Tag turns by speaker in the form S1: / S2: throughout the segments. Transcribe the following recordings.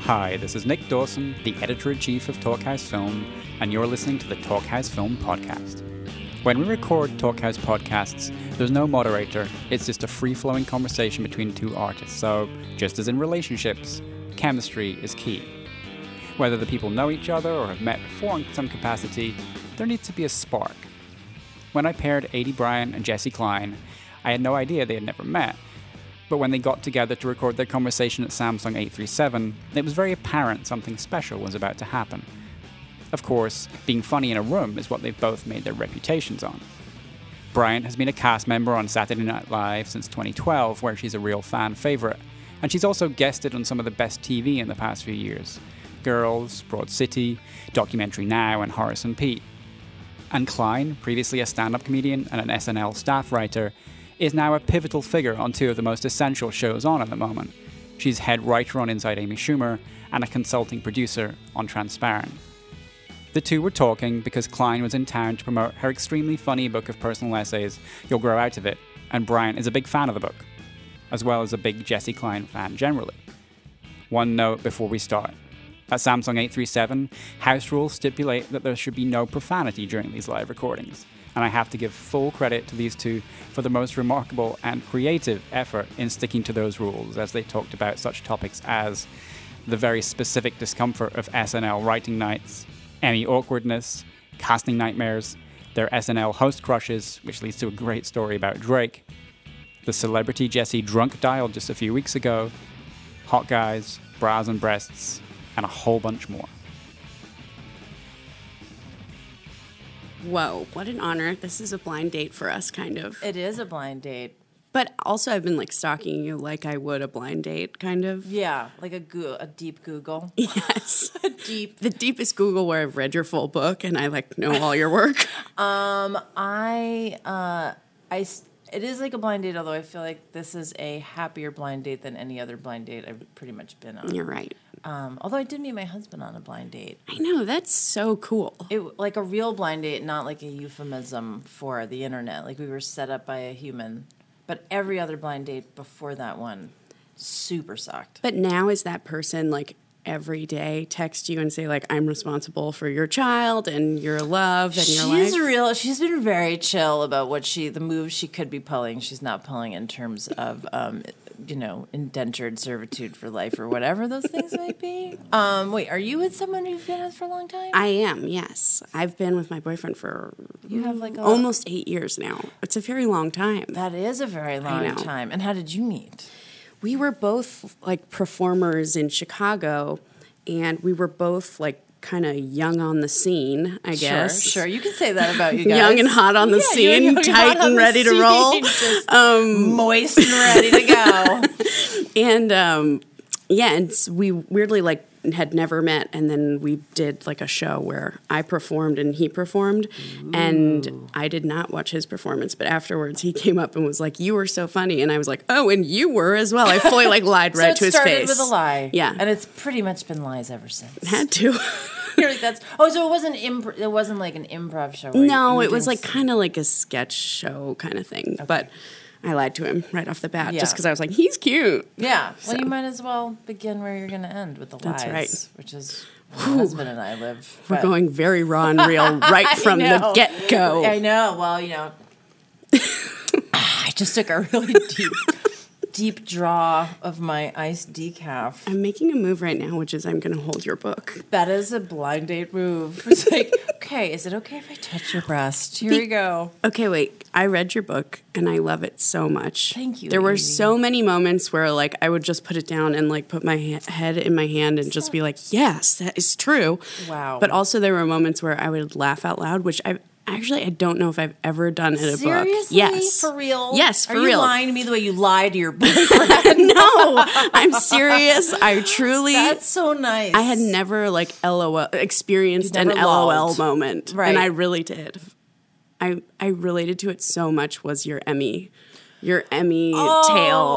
S1: Hi, this is Nick Dawson, the editor in chief of Talkhouse Film, and you're listening to the Talkhouse Film Podcast. When we record Talkhouse podcasts, there's no moderator, it's just a free flowing conversation between two artists. So, just as in relationships, chemistry is key. Whether the people know each other or have met before in some capacity, there needs to be a spark. When I paired A.D. Bryan and Jesse Klein, I had no idea they had never met, but when they got together to record their conversation at Samsung 837, it was very apparent something special was about to happen. Of course, being funny in a room is what they've both made their reputations on. Bryant has been a cast member on Saturday Night Live since 2012, where she's a real fan favourite, and she's also guested on some of the best TV in the past few years Girls, Broad City, Documentary Now, and Horace and Pete. And Klein, previously a stand up comedian and an SNL staff writer, is now a pivotal figure on two of the most essential shows on at the moment. She's head writer on Inside Amy Schumer and a consulting producer on Transparent. The two were talking because Klein was in town to promote her extremely funny book of personal essays, You'll Grow Out of It, and Brian is a big fan of the book, as well as a big Jesse Klein fan generally. One note before we start. At Samsung 837, house rules stipulate that there should be no profanity during these live recordings, and I have to give full credit to these two for the most remarkable and creative effort in sticking to those rules as they talked about such topics as the very specific discomfort of SNL writing nights, Emmy awkwardness, casting nightmares, their SNL host crushes, which leads to a great story about Drake, the celebrity Jesse drunk dialed just a few weeks ago, hot guys, bras and breasts, and a whole bunch more.
S2: Whoa, what an honor. This is a blind date for us, kind of.
S3: It is a blind date.
S2: But also, I've been like stalking you like I would a blind date, kind of.
S3: Yeah, like a goo- a deep Google.
S2: Yes.
S3: deep.
S2: the deepest Google where I've read your full book and I like know all your work.
S3: I uh I s- it is like a blind date although I feel like this is a happier blind date than any other blind date I've pretty much been on.
S2: You're right.
S3: Um although I did meet my husband on a blind date.
S2: I know, that's so cool.
S3: It like a real blind date, not like a euphemism for the internet. Like we were set up by a human. But every other blind date before that one super sucked.
S2: But now is that person like every day text you and say like I'm responsible for your child and your love and your life?
S3: She's real. She's been very chill about what she, the moves she could be pulling. She's not pulling in terms of, um, you know, indentured servitude for life or whatever those things might be. Um, wait, are you with someone who've been with for a long time?
S2: I am, yes. I've been with my boyfriend for
S3: you have like a
S2: almost 8 years now. It's a very long time.
S3: That is a very long
S2: know.
S3: time. And how did you meet?
S2: we were both like performers in Chicago, and we were both like kind of young on the scene, I guess.
S3: Sure, sure. You can say that about you guys.
S2: Young and hot on the
S3: Yeah, you're
S2: scene,
S3: young and hot
S2: tight
S3: on
S2: and
S3: the
S2: ready to
S3: scene,
S2: roll. Um,
S3: just moist and ready to go.
S2: And um, yeah, and s- we weirdly like had never met, and then we did like a show where I performed and he performed, and I did not watch his performance, but afterwards he came up and was like, "You were so funny," and I was like, "Oh, and you were as well." I fully like lied
S3: so
S2: right
S3: it
S2: to his
S3: started
S2: face
S3: with a lie.
S2: Yeah,
S3: and it's pretty much been lies ever since.
S2: had to.
S3: You're like, that's oh, so it wasn't imp- it wasn't like an improv show. where you-
S2: No,
S3: you
S2: it was like
S3: didn't s-
S2: kind of like a sketch show kind of thing. But I lied to him right off the bat just
S3: Yeah.
S2: because I was like, he's cute.
S3: yeah. Well,
S2: so.
S3: you might as well begin where you're going to end with the
S2: That's
S3: lies,
S2: right.
S3: which is where my husband and I live.
S2: We're
S3: but-
S2: going very raw and real right
S3: I
S2: from the
S3: know.
S2: get go.
S3: I know. Well, you know, Ah, I just took a really deep, deep draw of my iced decaf.
S2: I'm making a move right now, which is I'm going to hold your book.
S3: That is a blind date move. It's like, okay, is it okay if I touch your breast? Here we go.
S2: Okay, wait. I read your book and I love it so much.
S3: Thank you,
S2: There were
S3: Amy.
S2: so many moments where like I would just put it down and like put my he- head in my hand and just be like, "Yes, that is true."
S3: Wow.
S2: But also there were moments where I would laugh out loud, which I actually I don't know if I've ever done in a book.
S3: Seriously?
S2: Yes.
S3: For real?
S2: Yes, for
S3: Are you
S2: real.
S3: lying to me the way you lie to your boyfriend?
S2: no, I'm serious. I truly
S3: That's so nice.
S2: I had never like LOL experienced
S3: You
S2: an
S3: never
S2: LOL
S3: lulled.
S2: moment,
S3: Right.
S2: and I really did. I I related to it so much. Was your Emmy, your Emmy
S3: Oh.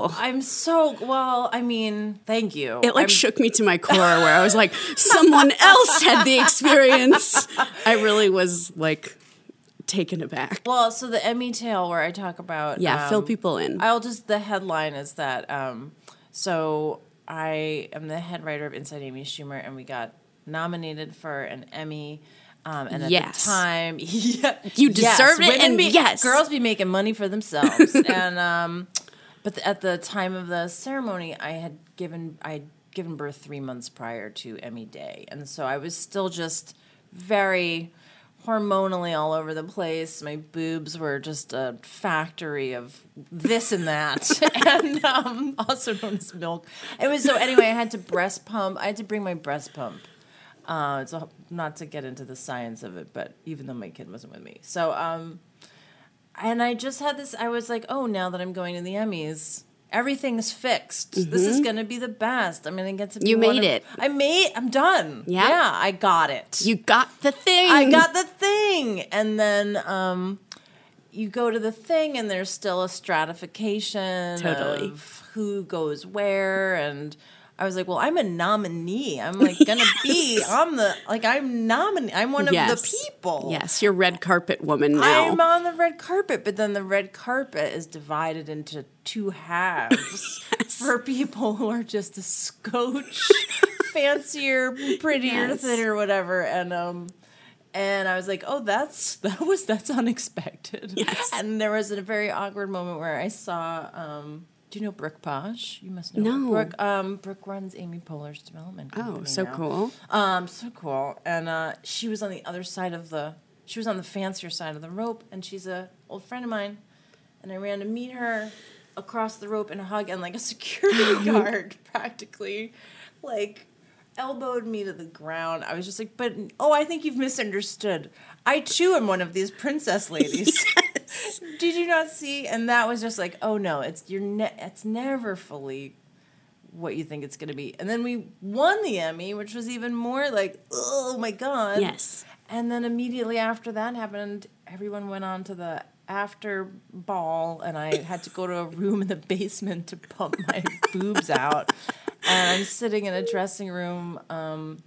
S2: tale?
S3: I'm so well. I mean, thank you.
S2: It like
S3: I'm-
S2: shook me to my core, where I was like, someone else had the experience. I really was like taken aback.
S3: well, so the Emmy tale where I talk about
S2: Yeah,
S3: um,
S2: fill people in.
S3: I'll just the headline is that um, so I am the head writer of Inside Amy Schumer, and we got nominated for an Emmy. Um, and at
S2: Yes.
S3: the time, yeah,
S2: You deserve it,
S3: women
S2: and
S3: be,
S2: yes.
S3: girls be making money for themselves. and um, but at the time of the ceremony, I had given I had given birth three months prior to Emmy Day, and so I was still just very hormonally all over the place. My boobs were just a factory of this and that, and um, also known as milk. It was so anyway. I had to breast pump. I had to bring my breast pump. Uh, it's a, not to get into the science of it, but even though my kid wasn't with me, so um, and I just had this. I was like, oh, now that I'm going to the Emmys, everything's fixed. This is going to be the best. I'm going to get to. Be
S2: Mm-hmm. You
S3: one
S2: made
S3: of-
S2: it.
S3: I made. I'm done.
S2: Yeah.
S3: yeah. I got it.
S2: You got the thing.
S3: I got the thing, and then um, you go to the thing, and there's still a stratification
S2: Totally.
S3: of who goes where, and I was like, well, I'm a nominee. I'm like gonna be. I'm the like I'm nominee. I'm one of the people.
S2: Yes, you're red carpet woman now.
S3: I'm on the red carpet, but then the red carpet is divided into two halves for people who are just a scotch, fancier, prettier,
S2: Yes.
S3: thinner, whatever. And um, and I was like, oh, that's that was that's unexpected.
S2: Yes.
S3: And there was a very awkward moment where I saw um. Do you know Brooke Posh? You must know. her.
S2: No.
S3: Brooke, um, Brooke runs Amy Poehler's development
S2: Oh,
S3: company
S2: so
S3: now.
S2: cool.
S3: Um, so cool. And uh, she was on the other side of the, she was on the fancier side of the rope, and she's a old friend of mine. And I ran to meet her across the rope in a hug, and like a security guard practically, like elbowed me to the ground. I was just like, but oh, I think you've misunderstood. I too am one of these princess ladies. Did you not see? And that was just like, oh no, it's you're ne- it's never fully what you think it's going to be. And then we won the Emmy, which was even more like, oh my God.
S2: Yes.
S3: And then immediately after that happened, everyone went on to the after ball, and I had to go to a room in the basement to pump my boobs out. And I'm sitting in a dressing room, um,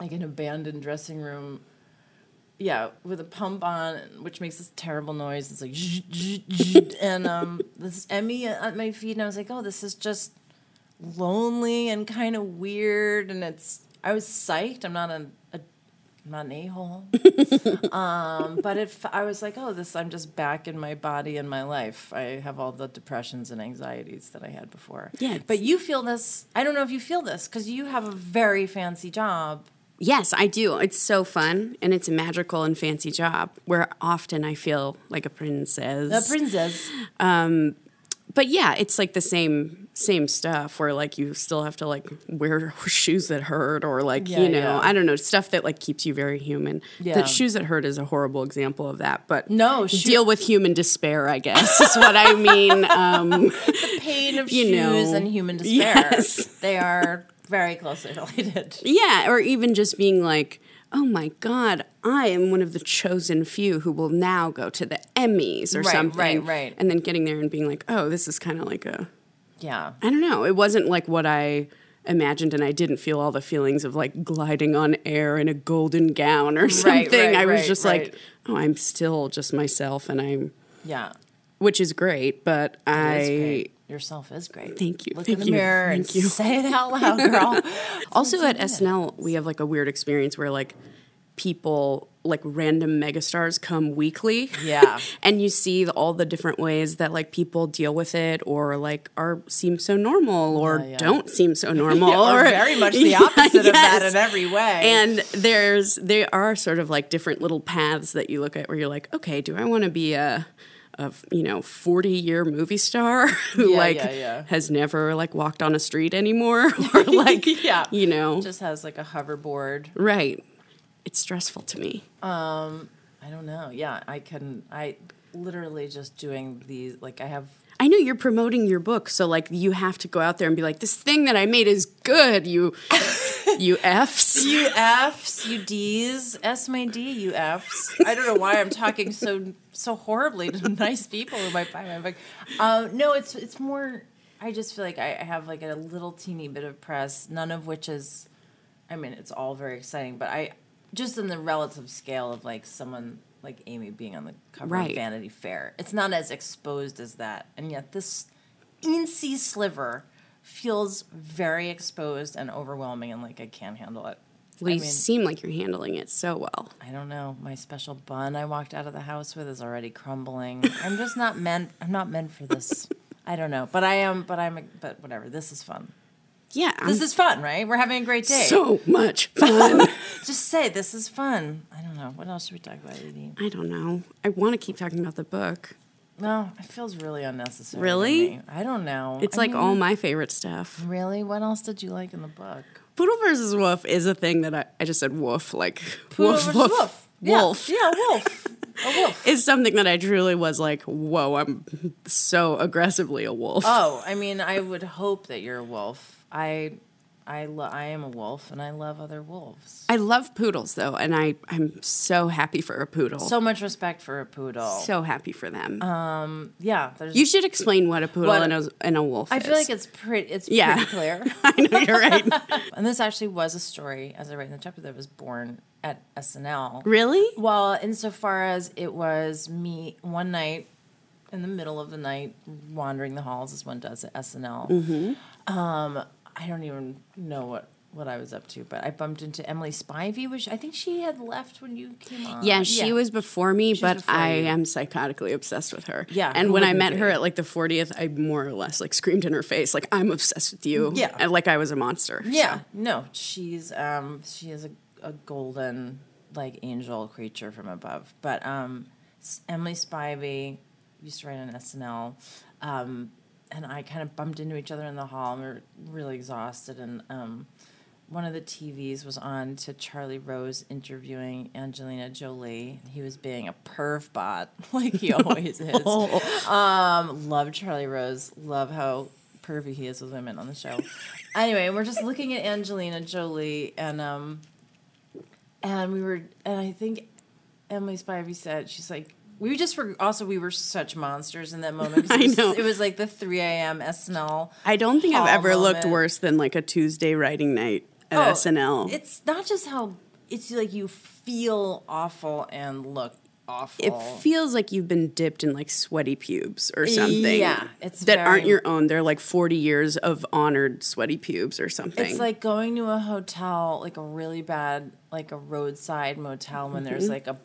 S3: like an abandoned dressing room, yeah, with a pump on, which makes this terrible noise. It's like, zzz, zzz, zzz. and um, this Emmy at my feet, and I was like, oh, this is just lonely and kind of weird. And it's, I was psyched. I'm not a, a I'm not an a hole, um, but it, f- I was like, oh, this. I'm just back in my body and my life. I have all the depressions and anxieties that I had before.
S2: Yeah, it's-
S3: but you feel this. I don't know if you feel this because you have a very fancy job.
S2: Yes, I do. It's so fun and it's a magical and fancy job where often I feel like a princess.
S3: The princess.
S2: but yeah, it's like the same same stuff where like you still have to like wear shoes that hurt or like
S3: Yeah,
S2: you know,
S3: yeah.
S2: I don't know, stuff that like keeps you very human.
S3: Yeah.
S2: The shoes that hurt is a horrible example of that, but
S3: No, shoe-
S2: deal with human despair, I guess. is what I mean. Um
S3: pain of
S2: You
S3: shoes
S2: know.
S3: and human despair.
S2: Yes.
S3: They are very closely related.
S2: Yeah, or even just being like, oh my God, I am one of the chosen few who will now go to the Emmys or
S3: Right,
S2: something.
S3: right, right.
S2: And then getting there and being like, oh, this is kind of like a,
S3: Yeah.
S2: I don't know. It wasn't like what I imagined, and I didn't feel all the feelings of like gliding on air in a golden gown or something.
S3: right,
S2: I was
S3: right,
S2: just
S3: right.
S2: like, oh, I'm still just myself, and I'm,
S3: Yeah.
S2: which
S3: which
S2: is great, but I.
S3: is great. Yourself is great.
S2: Thank you,
S3: Look
S2: thank
S3: in the
S2: you,
S3: mirror and
S2: thank you.
S3: say it out loud, girl.
S2: Also at SNL, we have like a weird experience where like people, like random megastars, come weekly.
S3: Yeah.
S2: and you see the- all the different ways that like people deal with it, or like are seem so normal, or
S3: yeah.
S2: don't seem so normal,
S3: or very much the opposite of that
S2: Yes.
S3: in every way.
S2: And there's there are sort of like different little paths that you look at where you're like, okay, do I want to be a a you know 40 year movie star who
S3: Yeah,
S2: like
S3: yeah, yeah.
S2: has never like walked on a street anymore or like
S3: yeah.
S2: you know
S3: just has like a hoverboard.
S2: right it's stressful to me
S3: I don't know. Yeah, I can. I literally just doing these. Like I have.
S2: i know you're promoting your book so like you have to go out there and be like this thing that i made is good you you f's
S3: You F's, you D's, S my D, you F's. I don't know why I'm talking so so horribly to nice people who might buy my book. Um, no, it's it's more. I just feel like I, I have like a little teeny bit of press, none of which is. I mean, it's all very exciting, but I just in the relative scale of like someone like Amy being on the cover
S2: Right.
S3: of Vanity Fair, it's not as exposed as that, and yet this incy sliver feels very exposed and overwhelming and like I can't handle it.
S2: Well,
S3: I
S2: you seem like you're handling it so well.
S3: I don't know. My special bun I walked out of the house with is already crumbling. I'm just not meant. I'm not meant for this. I don't know, but I am. But I'm. But whatever. This is fun.
S2: Yeah, I'm
S3: This is fun, right? We're having a great day.
S2: so much fun.
S3: just say this is fun. I don't know. What else should we talk about, Edie?
S2: I don't know. I want to keep talking about the book.
S3: No, it feels really unnecessary. to
S2: Really?
S3: me. I don't know.
S2: It's
S3: I
S2: like
S3: mean,
S2: all my favorite stuff.
S3: really. What else did you like in the book?
S2: Poodle versus Wolf is a thing that I, I just said wolf like
S3: Poodle
S2: woof,
S3: versus
S2: woof,
S3: wolf. Yeah.
S2: wolf
S3: Yeah, wolf. A wolf.
S2: is something that I truly was like, whoa, I'm so aggressively a wolf.
S3: Oh, I mean, I would hope that you're a wolf. I, I, lo- I am a wolf, and I love other wolves.
S2: I love poodles though, and I I'm so happy for a poodle.
S3: So much respect for a poodle.
S2: So happy for them.
S3: yeah, there's.
S2: you should explain what a poodle
S3: What-
S2: and, a, and a wolf
S3: I
S2: is.
S3: feel like it's pretty. It's
S2: Yeah.
S3: pretty clear.
S2: I know you're right.
S3: and this actually was a story, as I write in the chapter, that was born at SNL.
S2: really?
S3: Well, insofar as it was me one night in the middle of the night wandering the halls as one does at SNL.
S2: Mm-hmm.
S3: Um, I don't even know what, what I was up to, but I bumped into Emily Spivey, which I think she had left when you came on.
S2: Yeah, she was before me, but
S3: Um, before
S2: I
S3: you.
S2: am psychotically obsessed with her.
S3: Yeah,
S2: and
S3: who
S2: when I
S3: wouldn't
S2: met
S3: be?
S2: her at like the 40th, I more or less like screamed in her face, like I'm obsessed with you.
S3: Yeah.
S2: and like I was a monster.
S3: Yeah, no, she's um, she is a, a golden like angel creature from above. But um, S- Emily Spivey used to write on SNL, um, and I kind of bumped into each other in the hall. and We were really exhausted, and um, one of the TVs was on to Charlie Rose interviewing Angelina Jolie. He was being a perv bot, like he always is. Um, love Charlie Rose. Love how pervy he is with women on the show. anyway, we're just looking at Angelina Jolie, and um, and we were, and I think Emily Spivey said she's like. We just were also we were such monsters in that moment. 'cause
S2: I
S3: It was,
S2: know.
S3: it was like the three a.m. SNL.
S2: I don't think I've
S3: hall
S2: ever looked
S3: moment.
S2: worse than like a Tuesday writing night at
S3: Oh,
S2: SNL.
S3: It's not just how it's like you feel awful and look awful.
S2: it feels like you've been dipped in like sweaty pubes or something.
S3: Yeah, it's
S2: that aren't
S3: very-
S2: your own. They're like 40 years of honored sweaty pubes or something.
S3: it's like going to a hotel, like a really bad, like a roadside motel when there's
S2: Mm-hmm.
S3: like a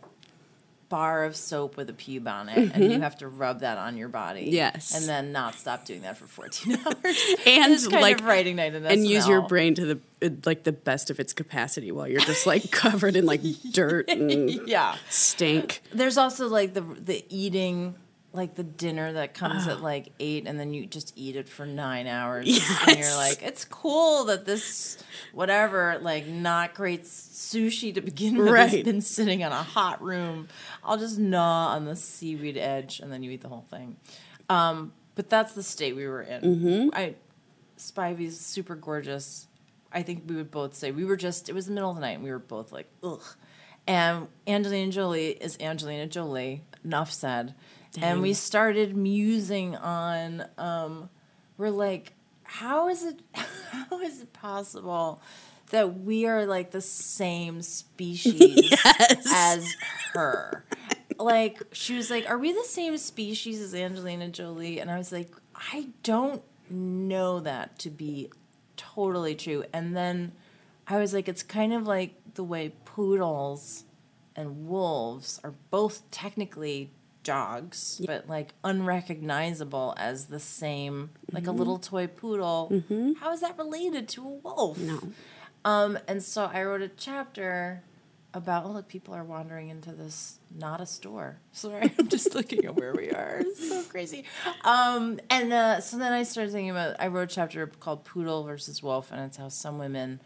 S3: bar of soap with a pube on it and you have to rub that on your body.
S2: Mm-hmm. Yes.
S3: And then not stop doing that for 14 hours.
S2: And,
S3: It's kind
S2: like-
S3: of writing night in
S2: and use your
S3: SNL.
S2: brain to the it- like the best of its capacity while you're just like covered in like dirt and
S3: Yeah.
S2: stink.
S3: There's also like the the eating, like the dinner that comes at like eight, and then you just eat it for nine hours, and you're
S2: Yes.
S3: like, it's cool that this whatever like not great sushi to begin with has
S2: Right.
S3: been sitting in a hot room. I'll just gnaw on the seaweed edge, and then you eat the whole thing. Um, but that's the state we were in.
S2: Mm-hmm.
S3: I Spivey's super gorgeous. I think we would both say we were just. It was the middle of the night, and we were both like, ugh. And Angelina Jolie is Angelina Jolie. Enough said. And we started musing on. Um, we're like, how is it? How is it possible that we are like the same species as her? like she was like, "Are we the same species as Angelina Jolie?" And I was like, "I don't know that to be totally true." And then I was like, "It's kind of like the way poodles and wolves are both technically dogs, but like unrecognizable as the same, like a little toy poodle. How is that related to a wolf?"
S2: No.
S3: Um, and so I wrote a chapter about oh look, people are wandering into this not a store. Sorry, I'm just looking at where we are. It's so crazy. Um, and uh, so then I started thinking about I wrote a chapter called Poodle versus Wolf, and it's how some women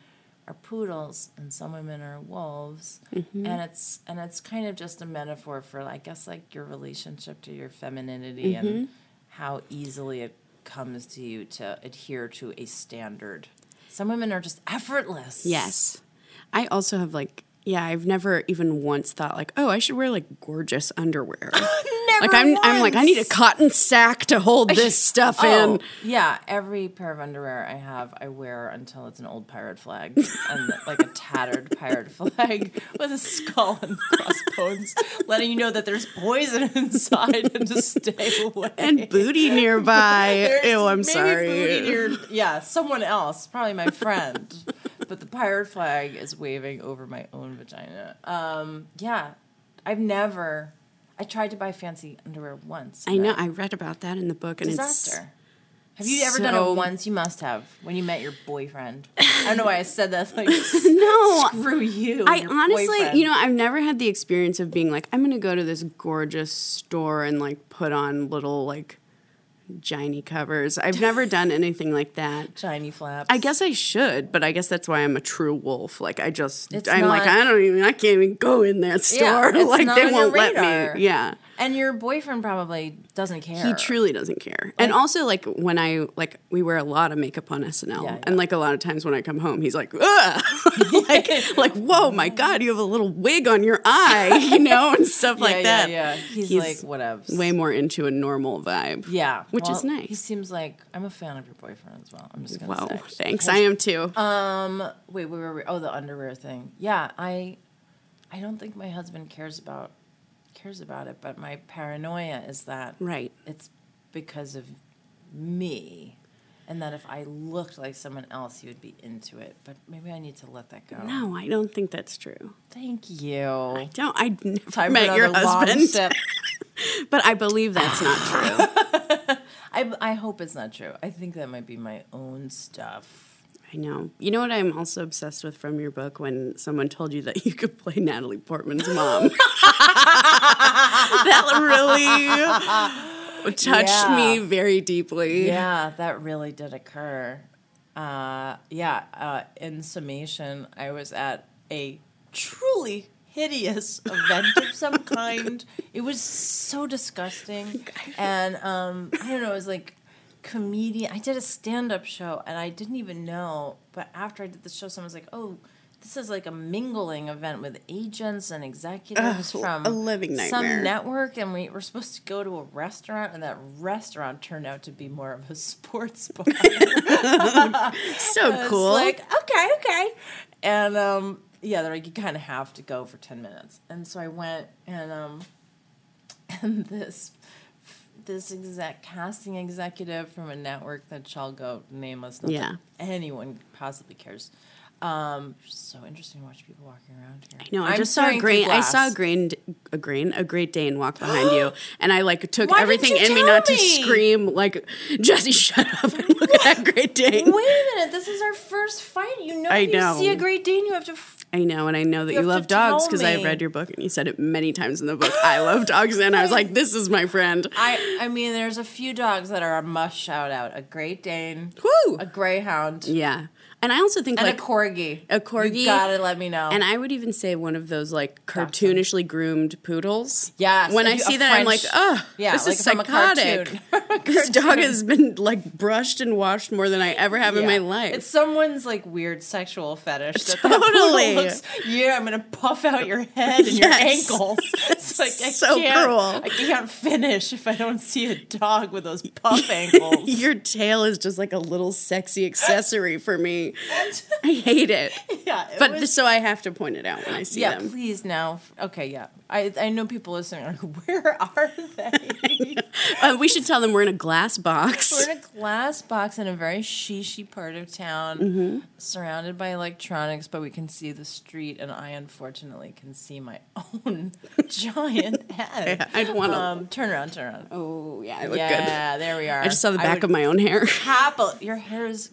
S3: are poodles and some women are wolves,
S2: Mm-hmm.
S3: and it's and it's kind of just a metaphor for I guess like your relationship to your femininity
S2: Mm-hmm.
S3: and how easily it comes to you to adhere to a standard. Some women are just effortless.
S2: Yes. I also have like yeah, I've never even once thought like, "Oh, I should wear like gorgeous underwear."
S3: never.
S2: Like I'm, I'm like I need a
S3: once-
S2: cotton sack to hold this stuff
S3: Oh,
S2: in.
S3: yeah, every pair of underwear I have, I wear until it's an old pirate flag and like a tattered pirate flag with a skull and crossbones, letting you know that there's poison inside and to stay away.
S2: And booty nearby.
S3: There's
S2: Ew, I'm
S3: maybe
S2: sorry.
S3: booty near- yeah, someone else, probably my friend. but the pirate flag is waving over my own vagina. Um, yeah, I've never. I tried to buy fancy underwear once.
S2: I know. I read about that in the book, and
S3: disaster. Have you ever done
S2: so-
S3: it once? You must have when you met your boyfriend. I don't know why I said that. Like,
S2: it's no.
S3: screw you. and
S2: I
S3: your
S2: honestly,
S3: boyfriend.
S2: you know, I've never had the experience of being like, I'm gonna go to this gorgeous store and like put on little like giny covers. I've never done anything like that.
S3: shiny flaps.
S2: I guess I should, but I guess that's why I'm a true wolf. Like I just,
S3: It's
S2: I'm like,
S3: not-
S2: I don't even, I can't even go in that store.
S3: Yeah, it's
S2: like
S3: not
S2: they
S3: on your
S2: won't let
S3: radar.
S2: me. Yeah.
S3: And your boyfriend probably doesn't care.
S2: He truly doesn't care. and also, like, when I, like, we wear a lot of makeup on SNL.
S3: Yeah,
S2: And, like, a lot of times when I come home, he's like, ugh. like, like, whoa, my God, you have a little wig on your eye, you know, and stuff
S3: Yeah,
S2: like that.
S3: Yeah, yeah. He's, like whatevs.
S2: way more into a normal vibe.
S3: yeah,
S2: Which is
S3: well, He
S2: nice.
S3: seems like I'm a fan of your boyfriend as well. I'm just gonna
S2: Wow.
S3: say.
S2: Thanks. I am too.
S3: um, Wait, wait, wait, wait. Oh, the underwear thing. Yeah, I, I don't think my husband cares about cares about it, but my paranoia is that
S2: Right.
S3: It's because of me, and that if I looked like someone else, he would be into it. But maybe I need to let that go.
S2: no, I don't think that's true.
S3: Thank you.
S2: Don't I never
S3: Time for
S2: met your
S3: another long
S2: husband?
S3: sip.
S2: But I believe that's not true.
S3: I, I hope it's not true. I think that might be my own stuff.
S2: I know. You know what I'm also obsessed with from your book when someone told you that you could play Natalie Portman's mom. that really touched
S3: Yeah.
S2: me very deeply.
S3: Yeah, that really did occur. Uh, yeah, uh, in summation, I was at a truly hideous event of some kind. It was so disgusting. And um, I don't know, it was like comedian. I did a stand up show and I didn't even know, but after I did the show, someone was like, oh, this is like a mingling event with agents and executives
S2: Ugh,
S3: from
S2: a living nightmare.
S3: some network, and we were supposed to go to a restaurant, and that restaurant turned out to be more of a sports bar.
S2: So
S3: It's
S2: cool.
S3: Like, okay, okay. And um, yeah, they're like, you kind of have to go for 10 minutes. And so I went and um, and this this exec casting executive from a network that shall go nameless. Not
S2: Yeah.
S3: that anyone possibly cares. Um, so interesting to watch people walking around here.
S2: no, I
S3: I'm
S2: just saw a
S3: staring through
S2: grain. I saw a
S3: glass.
S2: grain, a grain, a great Dane walk behind you, and I like took
S3: Why didn't
S2: everything
S3: you
S2: in me
S3: tell
S2: not to
S3: me?
S2: scream like, Jesse, shut up and look at that great Dane.
S3: Wait a minute! This is our first fight. You know,
S2: I
S3: if
S2: know.
S3: you see a Great Dane, you have to. F-
S2: I know, and I know that you,
S3: have
S2: love
S3: to tell
S2: dogs because I
S3: me.
S2: read your book and you said it many times in the book. I love dogs, and I was like, this is my friend.
S3: I I mean, there's a few dogs that are a must shout out: a Great Dane,
S2: Woo!
S3: a Greyhound,
S2: Yeah, and I also think
S3: and
S2: like,
S3: a Corgi.
S2: a corgi.
S3: You gotta let me know.
S2: and I would even say one of those like cartoonishly groomed poodles.
S3: Yes,
S2: When
S3: a-
S2: I
S3: a
S2: see that, I'm like,
S3: French-
S2: oh,
S3: Yeah,
S2: this is
S3: like from a
S2: psychotic.
S3: cartoon.
S2: this dog has been like brushed and washed more than I ever have in my
S3: Yeah.
S2: life.
S3: It's someone's like weird sexual fetish. That
S2: Totally.
S3: totally. Looks, yeah, I'm gonna puff out your head and your
S2: Yes.
S3: ankles. It's like I
S2: So
S3: can't,
S2: cruel.
S3: I can't finish if I don't see a dog with those puff ankles.
S2: your tail is just like a little sexy accessory for me. I hate it.
S3: yeah, it
S2: But
S3: was-
S2: so I have to point it out when I see
S3: yeah,
S2: them.
S3: please now. Okay, yeah. I I know people listening are like, where are they?
S2: Uh, we should tell them we're in a glass box.
S3: We're in a glass box in a very shishy part of town,
S2: Mm-hmm.
S3: surrounded by electronics, but we can see the street, and I unfortunately can see my own giant head.
S2: Yeah, I'd wanna-
S3: Um, turn around, turn around.
S2: Oh yeah, I look good.
S3: yeah, there we are.
S2: I just saw the back of my own hair.
S3: Happily, your hair is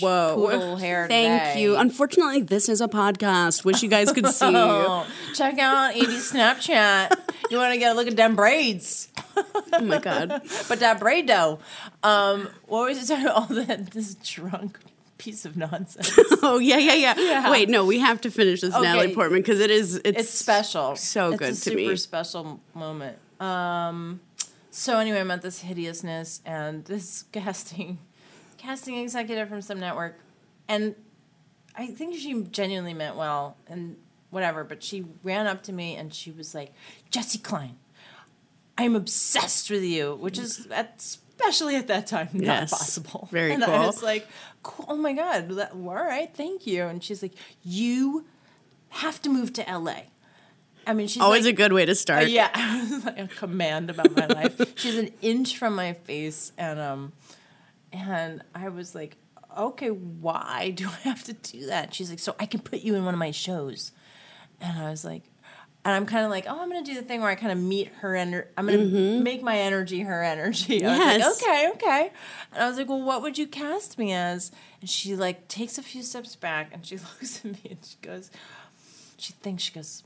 S3: poodle hair.
S2: Thank
S3: today.
S2: you. Unfortunately, this is a podcast. Wish you guys could see. oh
S3: Oh, check out Amy's Snapchat. You want to get a look at them braids?
S2: Oh, my god.
S3: But that braid though, um, what was it talking about? All that this drunk piece of nonsense.
S2: Oh yeah, yeah, yeah.
S3: Yeah.
S2: Wait, no, we have to finish this Natalie
S3: Okay.
S2: Portman because it is it's,
S3: It's special.
S2: So
S3: it's
S2: good
S3: a
S2: to
S3: super
S2: me.
S3: special m- moment. Um, so anyway, I'm at this hideousness and this casting, casting executive from some network, and I think she genuinely meant well and whatever. But she ran up to me and she was like, "Jesse Klein, I'm obsessed with you, which is at, especially at that time not
S2: Yes.
S3: possible.
S2: Very
S3: and
S2: cool.
S3: I was like, cool, oh my god, that, all right, thank you. And she's like, you have to move to LA. I mean, she's
S2: Always
S3: like,
S2: a Oh, good way to start.
S3: yeah, I was like a command about my life. She's an inch from my face, and um, and I was like, okay, why do I have to do that? She's like, so I can put you in one of my shows, and I was like. And I'm kind of like, oh, I'm gonna do the thing where I kind of meet her and I'm gonna make my energy her energy. I
S2: Yes.
S3: was like, okay, okay. And I was like, well, what would you cast me as? And she like takes a few steps back and she looks at me and she goes, she thinks she goes,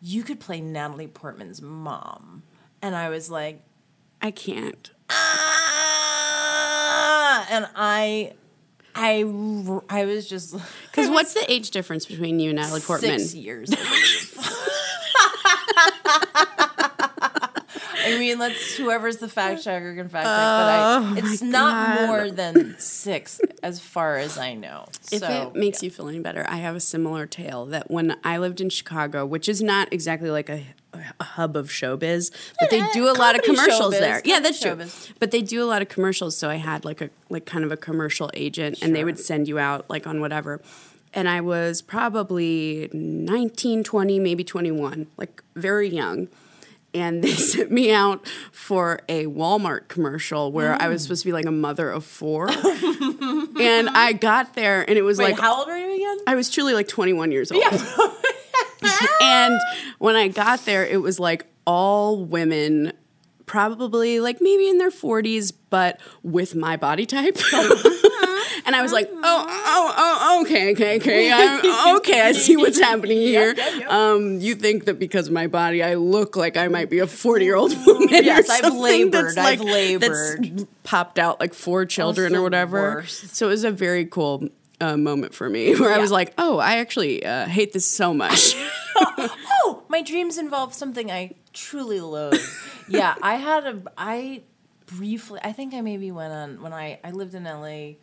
S3: you could play Natalie Portman's mom. And I was like,
S2: I can't.
S3: ah! and I, I, r- I was just
S2: Because what's the age difference between you and Natalie Portman?
S3: six years. I believe. I mean, let's whoever's the fact checker can fact check,
S2: Oh
S3: but I, it's not more than six, as far as I know.
S2: If
S3: so
S2: it makes you feel any better, I have a similar tale that when I lived in Chicago, which is not exactly like a, a hub of showbiz, but they do a lot of
S3: Eh, comedy
S2: commercials
S3: showbiz,
S2: there. Yeah,
S3: comedy
S2: that's true.
S3: showbiz.
S2: But they do a lot of commercials, so I had like a like kind of a commercial agent, and they would send you out like on whatever. And I was probably 19, 20, maybe 21, like very young. And they sent me out for a Walmart commercial where I
S3: Mm.
S2: was supposed to be like a mother of four. and I got there and it was
S3: wait,
S2: like
S3: how old are you again?
S2: I was truly like 21 years old. and when I got there, it was like all women, probably like maybe in their 40s, but with my body type. and I was like,
S3: Uh-huh.
S2: oh, oh, oh, okay, okay, okay. I'm, okay, I see what's happening here. Um, you think that because of my body, I look like I might be a 40 year old woman. or
S3: Yes, I've
S2: something
S3: labored,
S2: that's, like-
S3: I've labored.
S2: That's popped out like four children
S3: the
S2: or whatever.
S3: worst.
S2: So it was a very cool uh, moment for me where I was
S3: Yeah.
S2: like, oh, I actually uh, hate this so much.
S3: Oh, my dreams involve something I truly loathe. yeah, I had a I briefly I think I maybe went on when I I lived in LA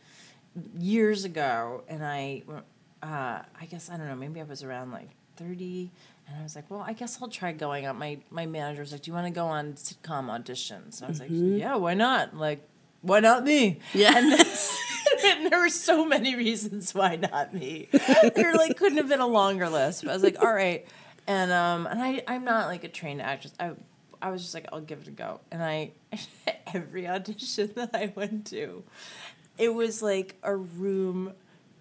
S3: years ago and I uh I guess I don't know, maybe I was around like 30 and I was like, "Well, I guess I'll try going out." My my manager was like, "Do you want to go on sitcom auditions?" And I was like, "Yeah, why not?" Like, "Why not me?"
S2: Yeah.
S3: And and there were so many reasons why not me. there like couldn't have been a longer list. But I was like, all right, and um, and I I'm not like a trained actress. I I was just like, I'll give it a go. And I every audition that I went to, it was like a room.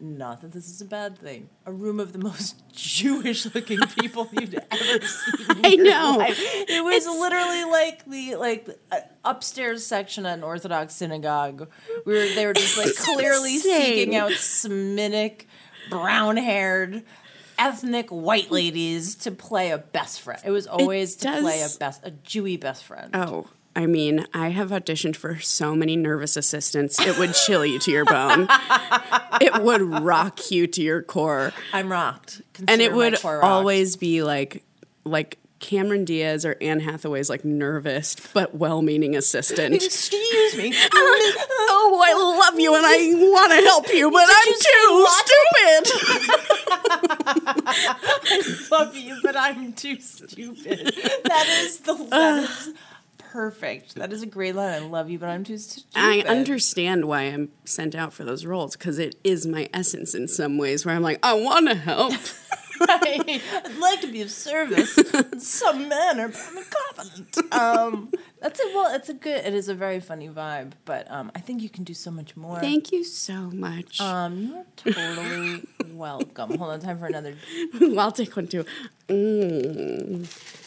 S3: Not that this is a bad thing. A room of the most Jewish-looking people you'd ever seen. in
S2: I
S3: your
S2: know.
S3: life. It was literally like the like uh, upstairs section at an Orthodox synagogue. We were they were just like clearly
S2: insane.
S3: seeking out Semitic, brown-haired, ethnic white ladies to play a best friend. It was always to play a
S2: does-
S3: best a Jewy best friend.
S2: oh, I mean, I have auditioned for so many nervous assistants. It would chill you to your bone, it would rock you to your core.
S3: I'm rocked.
S2: and
S3: Consider
S2: it
S3: my
S2: would
S3: core rocked.
S2: always be like like Cameron Diaz or Anne Hathaway's like nervous but well-meaning assistant.
S3: excuse me.
S2: oh, I love you and I want to help you, but I'm too stupid.
S3: love you, but I'm too stupid. That is the that is perfect. That is a great line. I love you, but I'm too stupid.
S2: I understand why I'm sent out for those roles because it is my essence in some ways where I'm like, I want to help.
S3: I'd like to be of service in some manner, but I'm incompetent. Um, that's a well. It's a good. It is a very funny vibe, but um, I think you can do so much more.
S2: Thank you so much.
S3: um, you're totally welcome. Hold on, time for another.
S2: I'll take one too. Mm.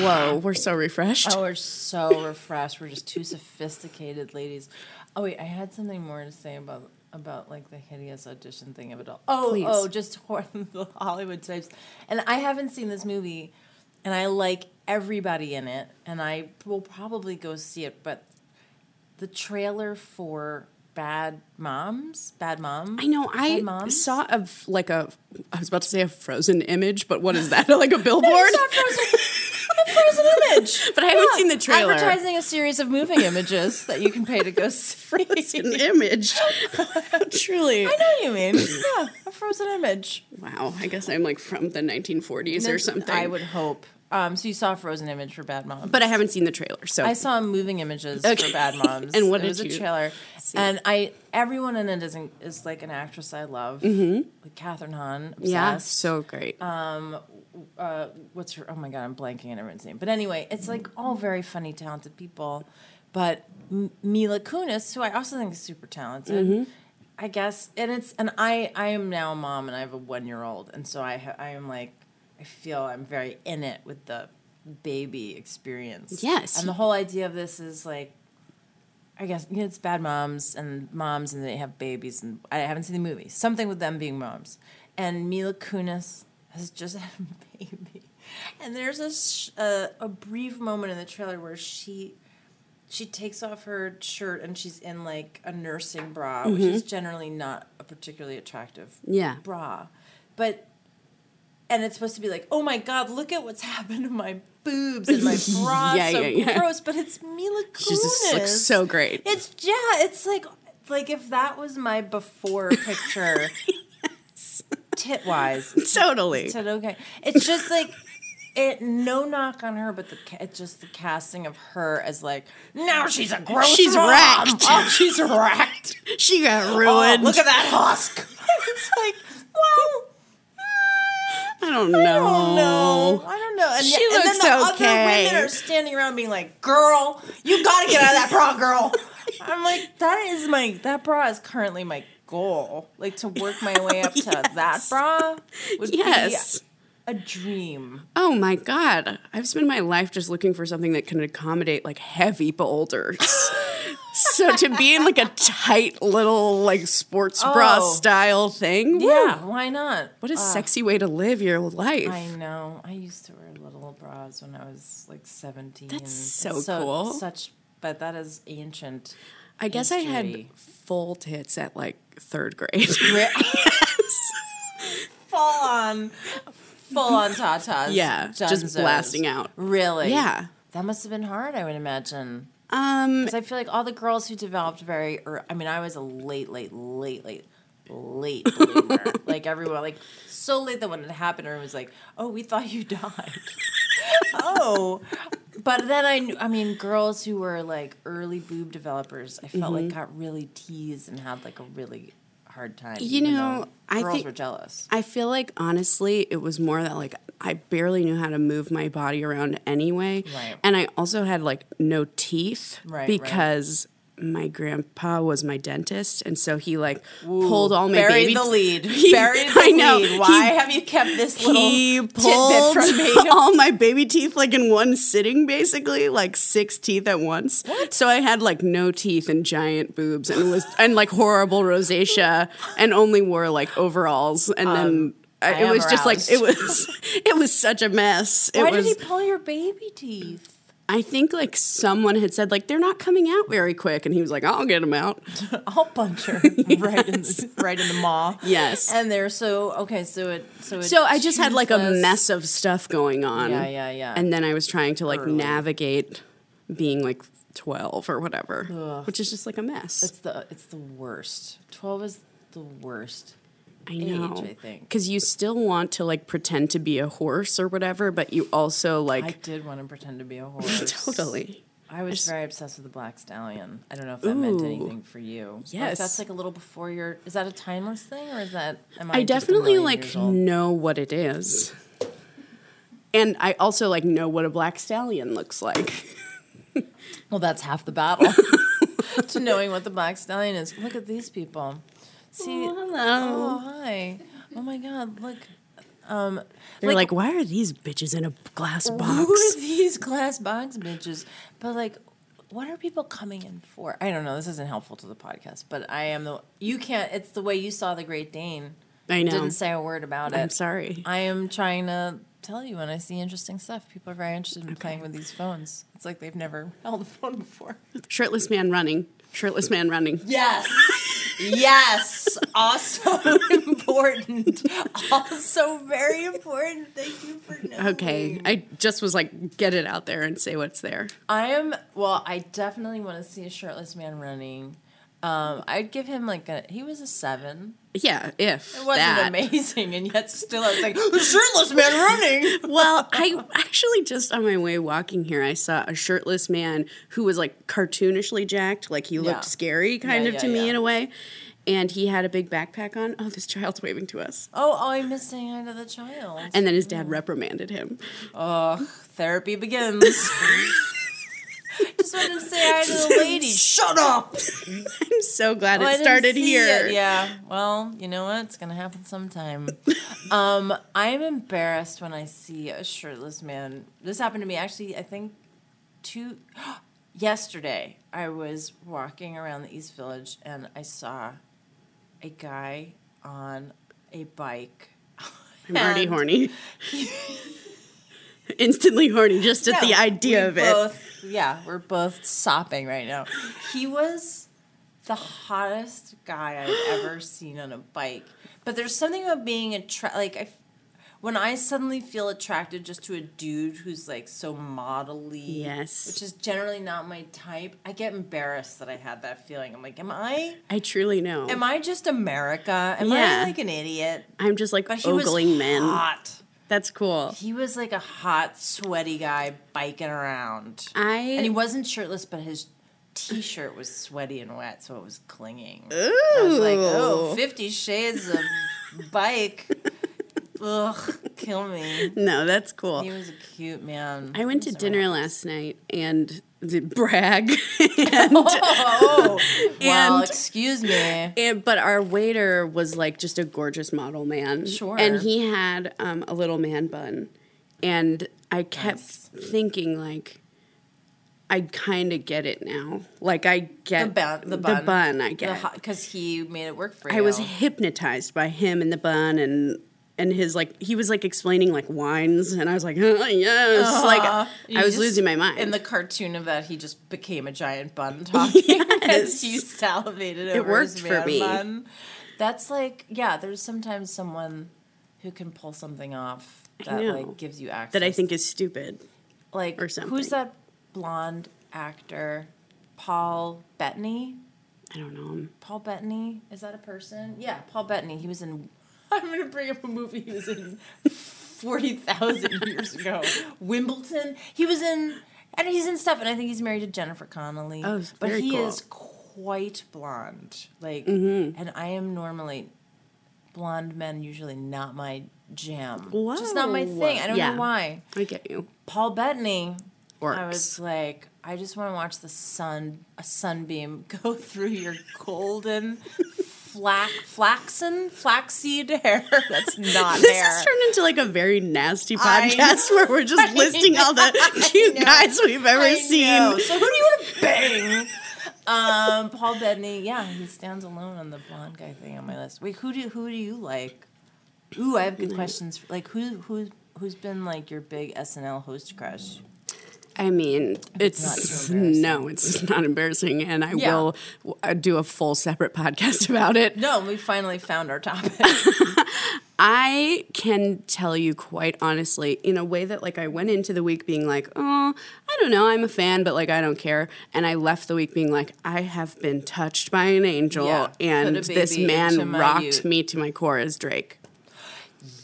S2: Whoa, we're so refreshed.
S3: Oh, we're so refreshed. We're just two sophisticated ladies. Oh wait, I had something more to say about about like the hideous audition thing of it all. Oh,
S2: Please.
S3: oh, just hor- the Hollywood types. And I haven't seen this movie, and I like everybody in it, and I will probably go see it. But the trailer for Bad Moms, Bad Mom.
S2: I know.
S3: Bad
S2: I
S3: Moms?
S2: saw a f- like a. I was about to say a frozen image, but what is that? like a billboard?
S3: It's not frozen. A frozen image.
S2: But I haven't seen the trailer.
S3: Advertising a series of moving images that you can pay to go see.
S2: an image. Truly.
S3: I know what you mean. Yeah, a frozen image.
S2: Wow. I guess I'm like from the 1940s or something.
S3: I would hope. Um, so you saw a frozen image for Bad Moms,
S2: But I haven't seen the trailer, so
S3: I saw moving images
S2: Okay.
S3: for Bad Moms.
S2: And what
S3: it
S2: did
S3: was
S2: you
S3: a trailer, and I everyone in it is an- is like an actress I love, like Catherine Hahn. Obsessed.
S2: Mm-hmm.
S3: Um,
S2: yeah, so great.
S3: what's her? Oh my god, I'm blanking on everyone's name. But anyway, it's like all very funny, talented people. But M- Mila Kunis, who I also think is super talented, I guess, and it's and I I am now a mom and I have a one year old, and so I ha- I am like I feel I'm very in it with the baby experience.
S2: Yes.
S3: and the whole idea of this is like. I guess you know, it's bad moms and moms, and they have babies, and I haven't seen the movie. Something with them being moms, and Mila Kunis has just had a baby, and there's a sh- a, a brief moment in the trailer where she she takes off her shirt and she's in like a nursing bra, which is generally not a particularly attractive
S2: Yeah.
S3: bra, but and it's supposed to be like, oh my god, look at what's happened to my boobs and my bra,
S2: Yeah,
S3: so
S2: yeah, yeah.
S3: gross. But it's Mila Kunis.
S2: She just looks so great.
S3: It's yeah, it's like like if that was my before picture, tit wise.
S2: totally.
S3: Said okay. It's just like it. No knock on her, but the ca- it's just the casting of her as like now she's a gross.
S2: She's
S3: mom.
S2: wrecked.
S3: Oh, she's wrecked.
S2: She got
S3: Oh,
S2: ruined.
S3: look at that husk. it's like well.
S2: I don't know.
S3: I don't know. I don't know. And,
S2: She
S3: yet- and
S2: looks
S3: then the
S2: okay.
S3: other women are standing around being like, "Girl, you gotta get out of that bra, girl." I'm like, that is my that bra is currently my goal. Like to work my way up to that bra would
S2: Yes.
S3: be a dream.
S2: Oh my god. I've spent my life just looking for something that can accommodate like heavy boulders. so to be in like a tight little like sports bra
S3: Oh.
S2: style thing. woo.
S3: Yeah, why not?
S2: What a sexy way to live your life.
S3: I know. I used to wear little bras when I was like 17.
S2: That's
S3: It's
S2: so cool.
S3: Such, but that is ancient.
S2: I guess I had
S3: history.
S2: full tits at like third grade.
S3: full on, full on tatas.
S2: Yeah, just
S3: Dunzos.
S2: blasting out.
S3: Really?
S2: Yeah.
S3: That must have been hard. I would imagine.
S2: um,
S3: Because I feel like all the girls who developed very, ear I mean, I was a late, late, late, late, late bloomer. like everyone, like so late that when it happened, everyone was like, "Oh, we thought you died." oh, but then I, knew, I mean, girls who were like early boob developers, I felt
S2: Mm-hmm.
S3: like got really teased and had like a really hard time.
S2: You
S3: even
S2: know,
S3: though
S2: I
S3: girls
S2: think-
S3: were jealous.
S2: I feel like honestly, it was more that like I barely knew how to move my body around anyway.
S3: Right.
S2: And I also had like no teeth
S3: Right, right.
S2: because my grandpa was my dentist and so he like pulled all my
S3: Buried
S2: baby
S3: the lead.
S2: He-
S3: Buried the
S2: I know.
S3: lead. Why
S2: He-
S3: have you kept this little
S2: He
S3: tidbit
S2: pulled
S3: from me?
S2: all my baby teeth like in one sitting, basically, like six teeth at once. So I had like no teeth and giant boobs and was and like horrible rosacea and only wore like overalls and then I,
S3: Um, I
S2: it
S3: am
S2: was just like it
S3: aroused.
S2: was it was such a mess. It
S3: Why
S2: was
S3: did he pull your baby teeth?
S2: I think like someone had said like they're not coming out very quick and he was like I'll get them out.
S3: I'll punch her right in the right in the maw.
S2: Yes.
S3: and they're so okay. So it so it
S2: So I just had like a
S3: toothless-
S2: mess of stuff going on.
S3: Yeah, yeah, yeah.
S2: And then I was trying to like
S3: Early.
S2: navigate being like 12 or whatever, which is just like a mess.
S3: It's the it's the worst. Twelve is the worst.
S2: I know.
S3: I think.
S2: Cuz you still want to like pretend to be a horse or whatever, but you also
S3: I
S2: like
S3: did want to pretend to be a horse.
S2: totally.
S3: I was very obsessed with the black stallion. I don't know if that meant anything for you. Or if
S2: Yes.
S3: that's like a little before your. Is that a timeless thing or is that? Am
S2: I,
S3: just a
S2: definitely
S3: million
S2: like
S3: years old?
S2: know what it is. And I also like know what a black stallion looks like.
S3: Well, that's half the battle. to knowing what the black stallion is. Look at these people. See,
S2: hello.
S3: Oh, hi. Oh my God, look.
S2: They're like, why are these bitches in a glass box?
S3: Who are these glass box bitches? But like, what are people coming in for? I don't know. This isn't helpful to the podcast, but I am the. You can't. It's the way you saw the Great Dane.
S2: I know.
S3: Didn't say a word about it.
S2: I'm sorry.
S3: I am trying to tell you when I see interesting stuff. People are very interested in playing with these phones. It's like they've never held a phone before.
S2: Shirtless man running. Shirtless man running.
S3: Yes. yes. Also important. Also very important. Thank you for knowing.
S2: Okay. I just was like, get it out there and say what's there.
S3: I am well, I definitely want to see a shirtless man running. Um, I'd give him like a he was a seven.
S2: yeah, if
S3: It wasn't
S2: that.
S3: amazing, and yet still I was like, "The shirtless man running.
S2: well, I actually just on my way walking here, I saw a shirtless man who was like cartoonishly jacked, like he looked
S3: Yeah.
S2: scary kind
S3: Yeah,
S2: of
S3: yeah,
S2: to me
S3: yeah.
S2: in a way. And he had a big backpack on. Oh, this child's waving to us.
S3: Oh, oh, I'm missing out of the child.
S2: And then his dad reprimanded him.
S3: Therapy begins. Just wanted to say hi to the lady. Shut up.
S2: I'm so glad
S3: Well, I
S2: it
S3: didn't
S2: started
S3: see
S2: here.
S3: it. Yeah. Well, you know what? It's gonna happen sometime. um, I'm embarrassed when I see a shirtless man. This happened to me actually. I think two yesterday. I was walking around the East Village and I saw a guy on a bike.
S2: I'm already
S3: And-
S2: horny. Instantly horny just at the
S3: Yeah,
S2: idea
S3: we
S2: of it.
S3: both- yeah, we're both sopping right now. He was the hottest guy I've ever seen on a bike. But there's something about being attracted. Like I, f- when I suddenly feel attracted just to a dude who's like so modelly,
S2: Yes.
S3: which is generally not my type. I get embarrassed that I had that feeling. I'm like, am I?
S2: I truly know.
S3: Am I just America? Am
S2: Yeah.
S3: I like an idiot?
S2: I'm just like
S3: But he
S2: ogling
S3: was
S2: men.
S3: hot.
S2: That's cool.
S3: He was like a hot, sweaty guy biking around.
S2: I
S3: and he wasn't shirtless, but his t-shirt was sweaty and wet, so it was clinging. Ooh.
S2: Ooh.
S3: I was like, oh, 50 shades of bike. Ugh, kill me.
S2: no, that's cool.
S3: He was a cute man.
S2: I went to dinner last night and the brag
S3: Oh, well,
S2: and-
S3: excuse me.
S2: and but our waiter was like just a gorgeous model man.
S3: Sure.
S2: And he had um, a little man bun. And I kept thinking like I kind of get it now. Like I get
S3: The bun, the bun,
S2: I get.
S3: because he made it work for you.
S2: I was hypnotized by him and the bun and and his like he was like explaining like wines and I was like "Huh, yes like
S3: Uh-huh. You
S2: I was
S3: just-
S2: losing my mind.
S3: In the cartoon of that, he just became a giant bun talking because you salivated over
S2: worked
S3: his
S2: for
S3: man
S2: me.
S3: bun. That's like, yeah, there's sometimes someone who can pull something off that
S2: know.
S3: like gives you access.
S2: that I think is stupid.
S3: like
S2: or
S3: who's
S2: something.
S3: that blonde actor? Paul Bettany.
S2: I don't know.
S3: Paul Bettany is that a person? Yeah, Paul Bettany. He was in. I'm gonna bring up a movie he was in forty thousand years ago. Wimbledon. He was in, and he's in stuff, and I think he's married to Jennifer Connelly.
S2: Oh, it's
S3: but
S2: very
S3: he
S2: cool. Mm-hmm.
S3: is quite blonde. Like, and I am normally blonde men usually not my jam. Just not my
S2: Whoa.
S3: thing. I don't
S2: Yeah.
S3: know why.
S2: I get you.
S3: Paul Bettany. I
S2: Works.
S3: was like, I just want to watch the sun, a sunbeam go through your golden flax, flaxen, flaxseed hair. That's not
S2: This
S3: hair.
S2: has turned into like a very nasty
S3: I-
S2: podcast where we're just listing all the cute
S3: know.
S2: guys we've ever
S3: I
S2: seen.
S3: know. So who do you want to bang? um, Paul Bettany. Yeah, he stands alone on the blonde guy thing on my list. Wait, who do who do you like? Ooh, I have good questions. Like who who who's been like your big SNL host crush?
S2: I mean, it's
S3: too embarrassing.
S2: no, it's not embarrassing, and I
S3: Yeah.
S2: will w- uh, do a full separate podcast about it.
S3: No, we finally found our topic.
S2: I can tell you quite honestly, in a way that like I went into the week being like, oh, I don't know, I'm a fan, but like I don't care, and I left the week being like, I have been touched by an angel,
S3: Yeah.
S2: and
S3: Put a
S2: this
S3: baby into
S2: man
S3: my
S2: rocked
S3: ute.
S2: me to my core as Drake.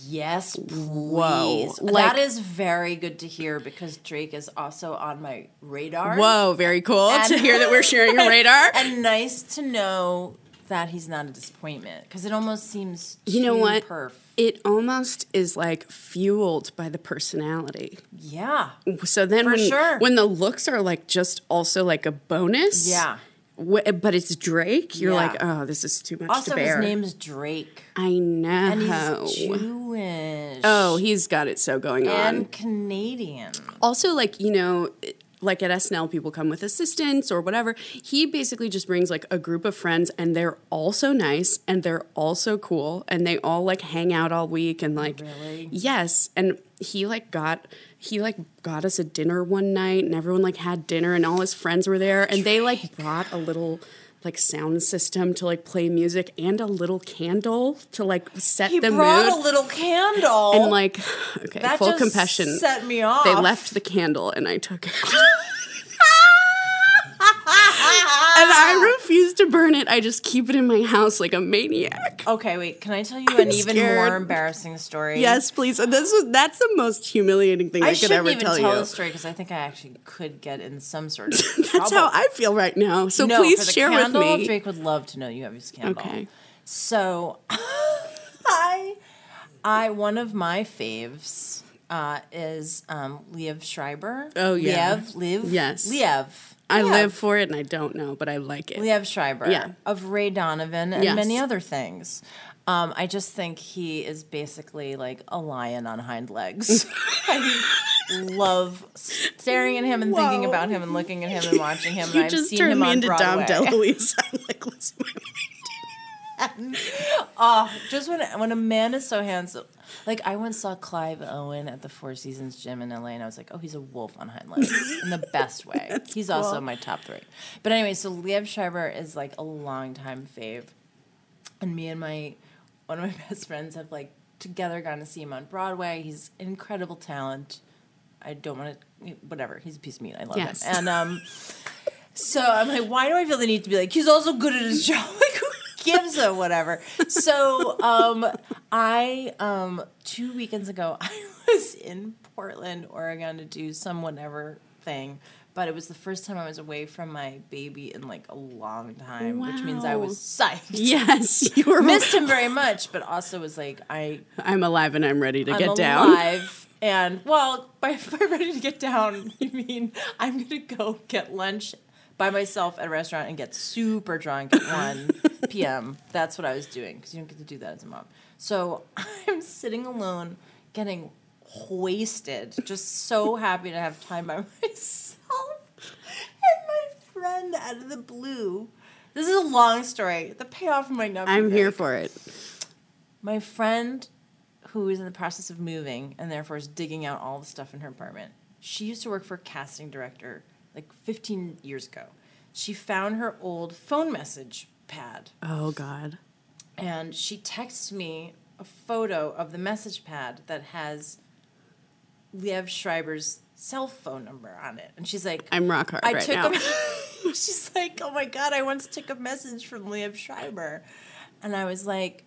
S3: Yes, please.
S2: like-
S3: that is very good to hear because Drake is also on my radar.
S2: Whoa, very cool to
S3: And-
S2: hear that we're sharing a radar.
S3: And nice to know that he's not a disappointment because it almost seems
S2: you know
S3: too
S2: what?
S3: Perf.
S2: It almost is like fueled by the personality.
S3: Yeah,
S2: So then,
S3: For
S2: when,
S3: sure.
S2: when the looks are like just also like a bonus,
S3: yeah.
S2: wh- but it's Drake. You're
S3: Yeah.
S2: like, oh, this is too much
S3: Also,
S2: to
S3: his
S2: bear.
S3: name's Drake,
S2: I know.
S3: and he's Jewish.
S2: oh, he's got it so going on.
S3: and Canadian.
S2: Also, like you know. Like at SNL, people come with assistants or whatever. He basically just brings like a group of friends, and they're all so nice and they're all so cool, and they all like hang out all week and like
S3: Really?
S2: Yes, and he like got he like got us a dinner one night, and everyone like had dinner, and all his friends were there, and they like brought a little like sound system to like play music and a little candle to like set
S3: He
S2: the
S3: brought
S2: mood.
S3: a little candle.
S2: and like, okay,
S3: that
S2: full
S3: just
S2: compassion.
S3: set me off.
S2: They left the candle, and I took it. I refuse to burn it. I just keep it in my house like a maniac.
S3: Okay, wait. Can I tell you an even
S2: scared.
S3: more embarrassing story?
S2: Yes, please. And this was that's the most humiliating thing I,
S3: I
S2: could
S3: shouldn't
S2: ever
S3: even
S2: tell,
S3: tell,
S2: you.
S3: the story because I think I actually could get in some sort of
S2: That's
S3: trouble.
S2: how I feel right now. So
S3: No, for
S2: please
S3: the
S2: share with
S3: candle,
S2: me.
S3: Drake would love to know you have his candle.
S2: Okay.
S3: So, I, I one of my faves uh, is um, Liev Schreiber.
S2: Oh, yeah.
S3: Liev, Liv,
S2: Yes.
S3: Liev.
S2: I
S3: Liev.
S2: live for it and I don't know, but I like it.
S3: Liev Schreiber
S2: Yeah.
S3: of Ray Donovan and
S2: Yes.
S3: many other things. Um, I just think he is basically like a lion on hind legs. I love staring at him and thinking
S2: Whoa.
S3: about him and looking at him and watching him.
S2: You
S3: and I've
S2: just
S3: seen
S2: turned
S3: him
S2: me
S3: on
S2: into
S3: Broadway.
S2: Dom DeLuise. I'm like, listen, my
S3: Just when when a man is so handsome, like I once saw Clive Owen at the Four Seasons gym in LA, and I was like, oh, he's a wolf on hind legs in the best way. he's also my top three. But anyway, so Liev Schreiber is like a longtime fave, and me and my one of my best friends have like together gone to see him on Broadway. He's incredible talent. I don't want to, whatever. He's a piece of meat. I love
S2: Yes.
S3: him. And um, so I'm like, why do I feel the need to be like, he's also good at his job? Like, who gives a whatever? So um, I, um, two weekends ago, I was in Portland, Oregon to do some whatever thing. But it was the first time I was away from my baby in like a long time, which means I
S2: Wow.
S3: was psyched.
S2: Yes, you were.
S3: Missed him very much, but also was like, I
S2: I'm alive and I'm ready to
S3: I'm
S2: get down.
S3: alive. And well, by, by ready to get down, you mean I'm gonna go get lunch by myself at a restaurant and get super drunk at 1 p.m. That's what I was doing because you don't get to do that as a mom. So I'm sitting alone, getting wasted, just so happy to have time by myself. And my friend out of the blue. This is a long story. The payoff might not be
S2: I'm
S3: great
S2: here for it.
S3: my friend who is in the process of moving and therefore is digging out all the stuff in her apartment she used to work for a casting director like 15 years ago she found her old phone message pad
S2: Oh God.
S3: and she texts me a photo of the message pad that has Liev Schreiber's cell phone number on it. And she's like,
S2: I'm rock hard
S3: I
S2: right
S3: took
S2: now."
S3: A, she's like, oh my God, I once took a message from Liev Schreiber. And I was like,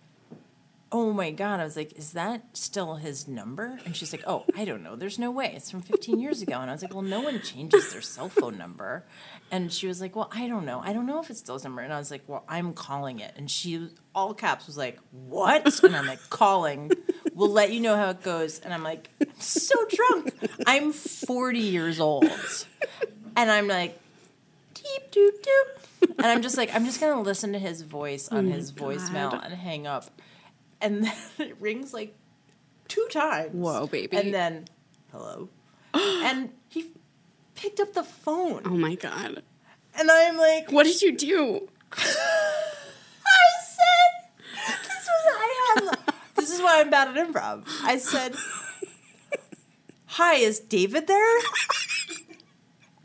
S3: oh my God. I was like, is that still his number? And she's like, oh, I don't know. There's no way. It's from 15 years ago. And I was like, well, no one changes their cell phone number. And she was like, well, I don't know. I don't know if it's still his number. And I was like, well, I'm calling it. And she, all caps, was like, what? And I'm like, calling. We'll let you know how it goes. And I'm like, I'm so drunk. I'm 40 years old. And I'm like, deep doop doop. And I'm just like, I'm just gonna listen to his voice on his voicemail and hang up. And then it rings like two times.
S2: Whoa, baby.
S3: And then hello. and he picked up the phone.
S2: Oh my God. Oh.
S3: And I'm like,
S2: What did you do?
S3: I said, this was I had. this is why I'm bad at improv. I said, "Hi, is David there?"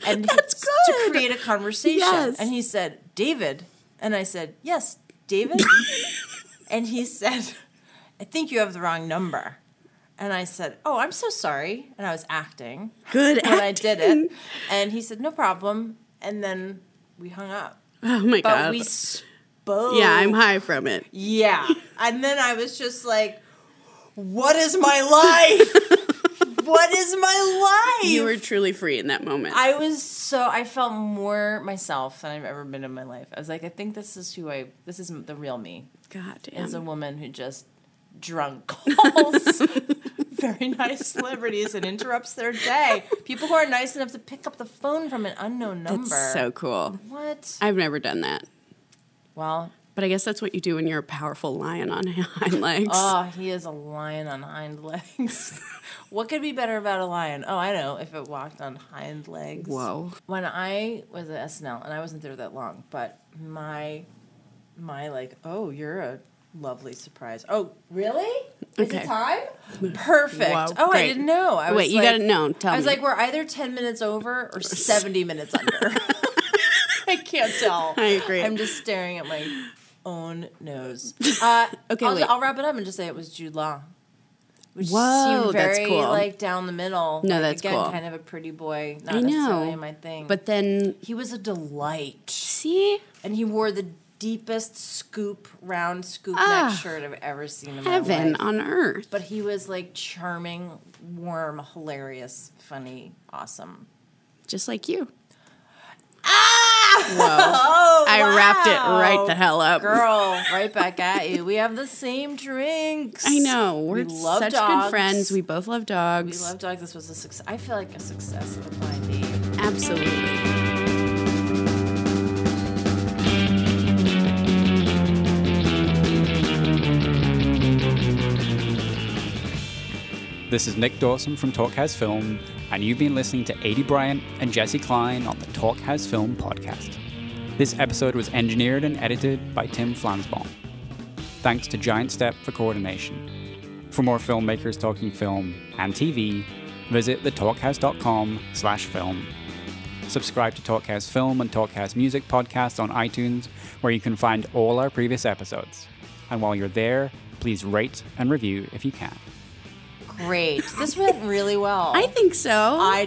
S3: And
S2: That's
S3: he- to
S2: good.
S3: create a conversation,
S2: Yes.
S3: and he said, "David," and I said, "Yes, David," and he said, "I think you have the wrong number." And I said, "Oh, I'm so sorry," and I was acting
S2: Good.
S3: when I did it,
S2: acting.
S3: and he said, "No problem," and then we hung up.
S2: Oh my
S3: But
S2: God.
S3: we spoke.
S2: yeah, I'm high from it.
S3: Yeah. And then I was just like, what is my life? what is my life?
S2: You were truly free in that moment.
S3: I was so I felt more myself than I've ever been in my life. I was like, I think this is who I this is the real me.
S2: God
S3: As a
S2: damn.
S3: woman who just drunk calls very nice celebrities and interrupts their day. People who are nice enough to pick up the phone from an unknown number.
S2: That's so cool.
S3: what?
S2: I've never done that.
S3: Well,
S2: But I guess that's what you do when you're a powerful lion on hind legs.
S3: Oh, he is a lion on hind legs. what could be better about a lion? Oh, I know, if it walked on hind legs.
S2: Whoa.
S3: When I was at SNL, and I wasn't there that long, but my, my like, oh, you're a lovely surprise. Oh, really? Is
S2: Okay. Hmm.
S3: it time? Perfect.
S2: Wow,
S3: oh, I
S2: great.
S3: didn't know. I
S2: Wait,
S3: was
S2: you
S3: like-
S2: got it known. Tell
S3: I was
S2: me.
S3: like, we're either 10 minutes over or 70 minutes under. I can't tell.
S2: I agree.
S3: I'm just staring at my own nose. Uh,
S2: Okay,
S3: I'll,
S2: wait.
S3: I'll wrap it up and just say it was Jude Law. Which
S2: Whoa,
S3: seemed
S2: that's
S3: very,
S2: cool.
S3: Like down the middle.
S2: No,
S3: Like,
S2: that's
S3: again,
S2: cool.
S3: Kind of a pretty boy. Not
S2: I
S3: necessarily
S2: know.
S3: my thing.
S2: But then,
S3: he was a delight,
S2: see,
S3: and he wore the deepest scoop, round scoop
S2: Ah,
S3: neck shirt I've ever seen in my
S2: heaven
S3: life.
S2: on earth.
S3: But he was like charming, warm, hilarious, funny, awesome.
S2: just like you.
S3: Ah!
S2: Whoa. I wrapped it
S3: wow.
S2: right the hell up.
S3: Girl, right back at you. We have the same drinks.
S2: I know. We're
S3: love
S2: such
S3: dogs.
S2: good friends. We both love dogs.
S3: We love dogs. This was a success. I feel like a success of a blind date.
S2: Absolutely.
S1: This is Nick Dawson from Talkhouse Film, and you've been listening to Adi Bryant and Jesse Klein on the Talkhouse Film podcast. This episode was engineered and edited by Tim Flansbaum. Thanks to Giant Step for coordination. For more filmmakers talking film and TV, visit thetalkhouse.com slash film. Subscribe to Talkhouse Film and Talkhouse Music podcasts on iTunes, where you can find all our previous episodes. And while you're there, please rate and review if you can.
S3: Great. This went really well.
S2: I think so.
S3: I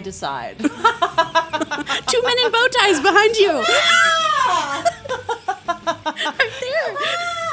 S3: decide.
S2: Two men in bow ties behind you. right there.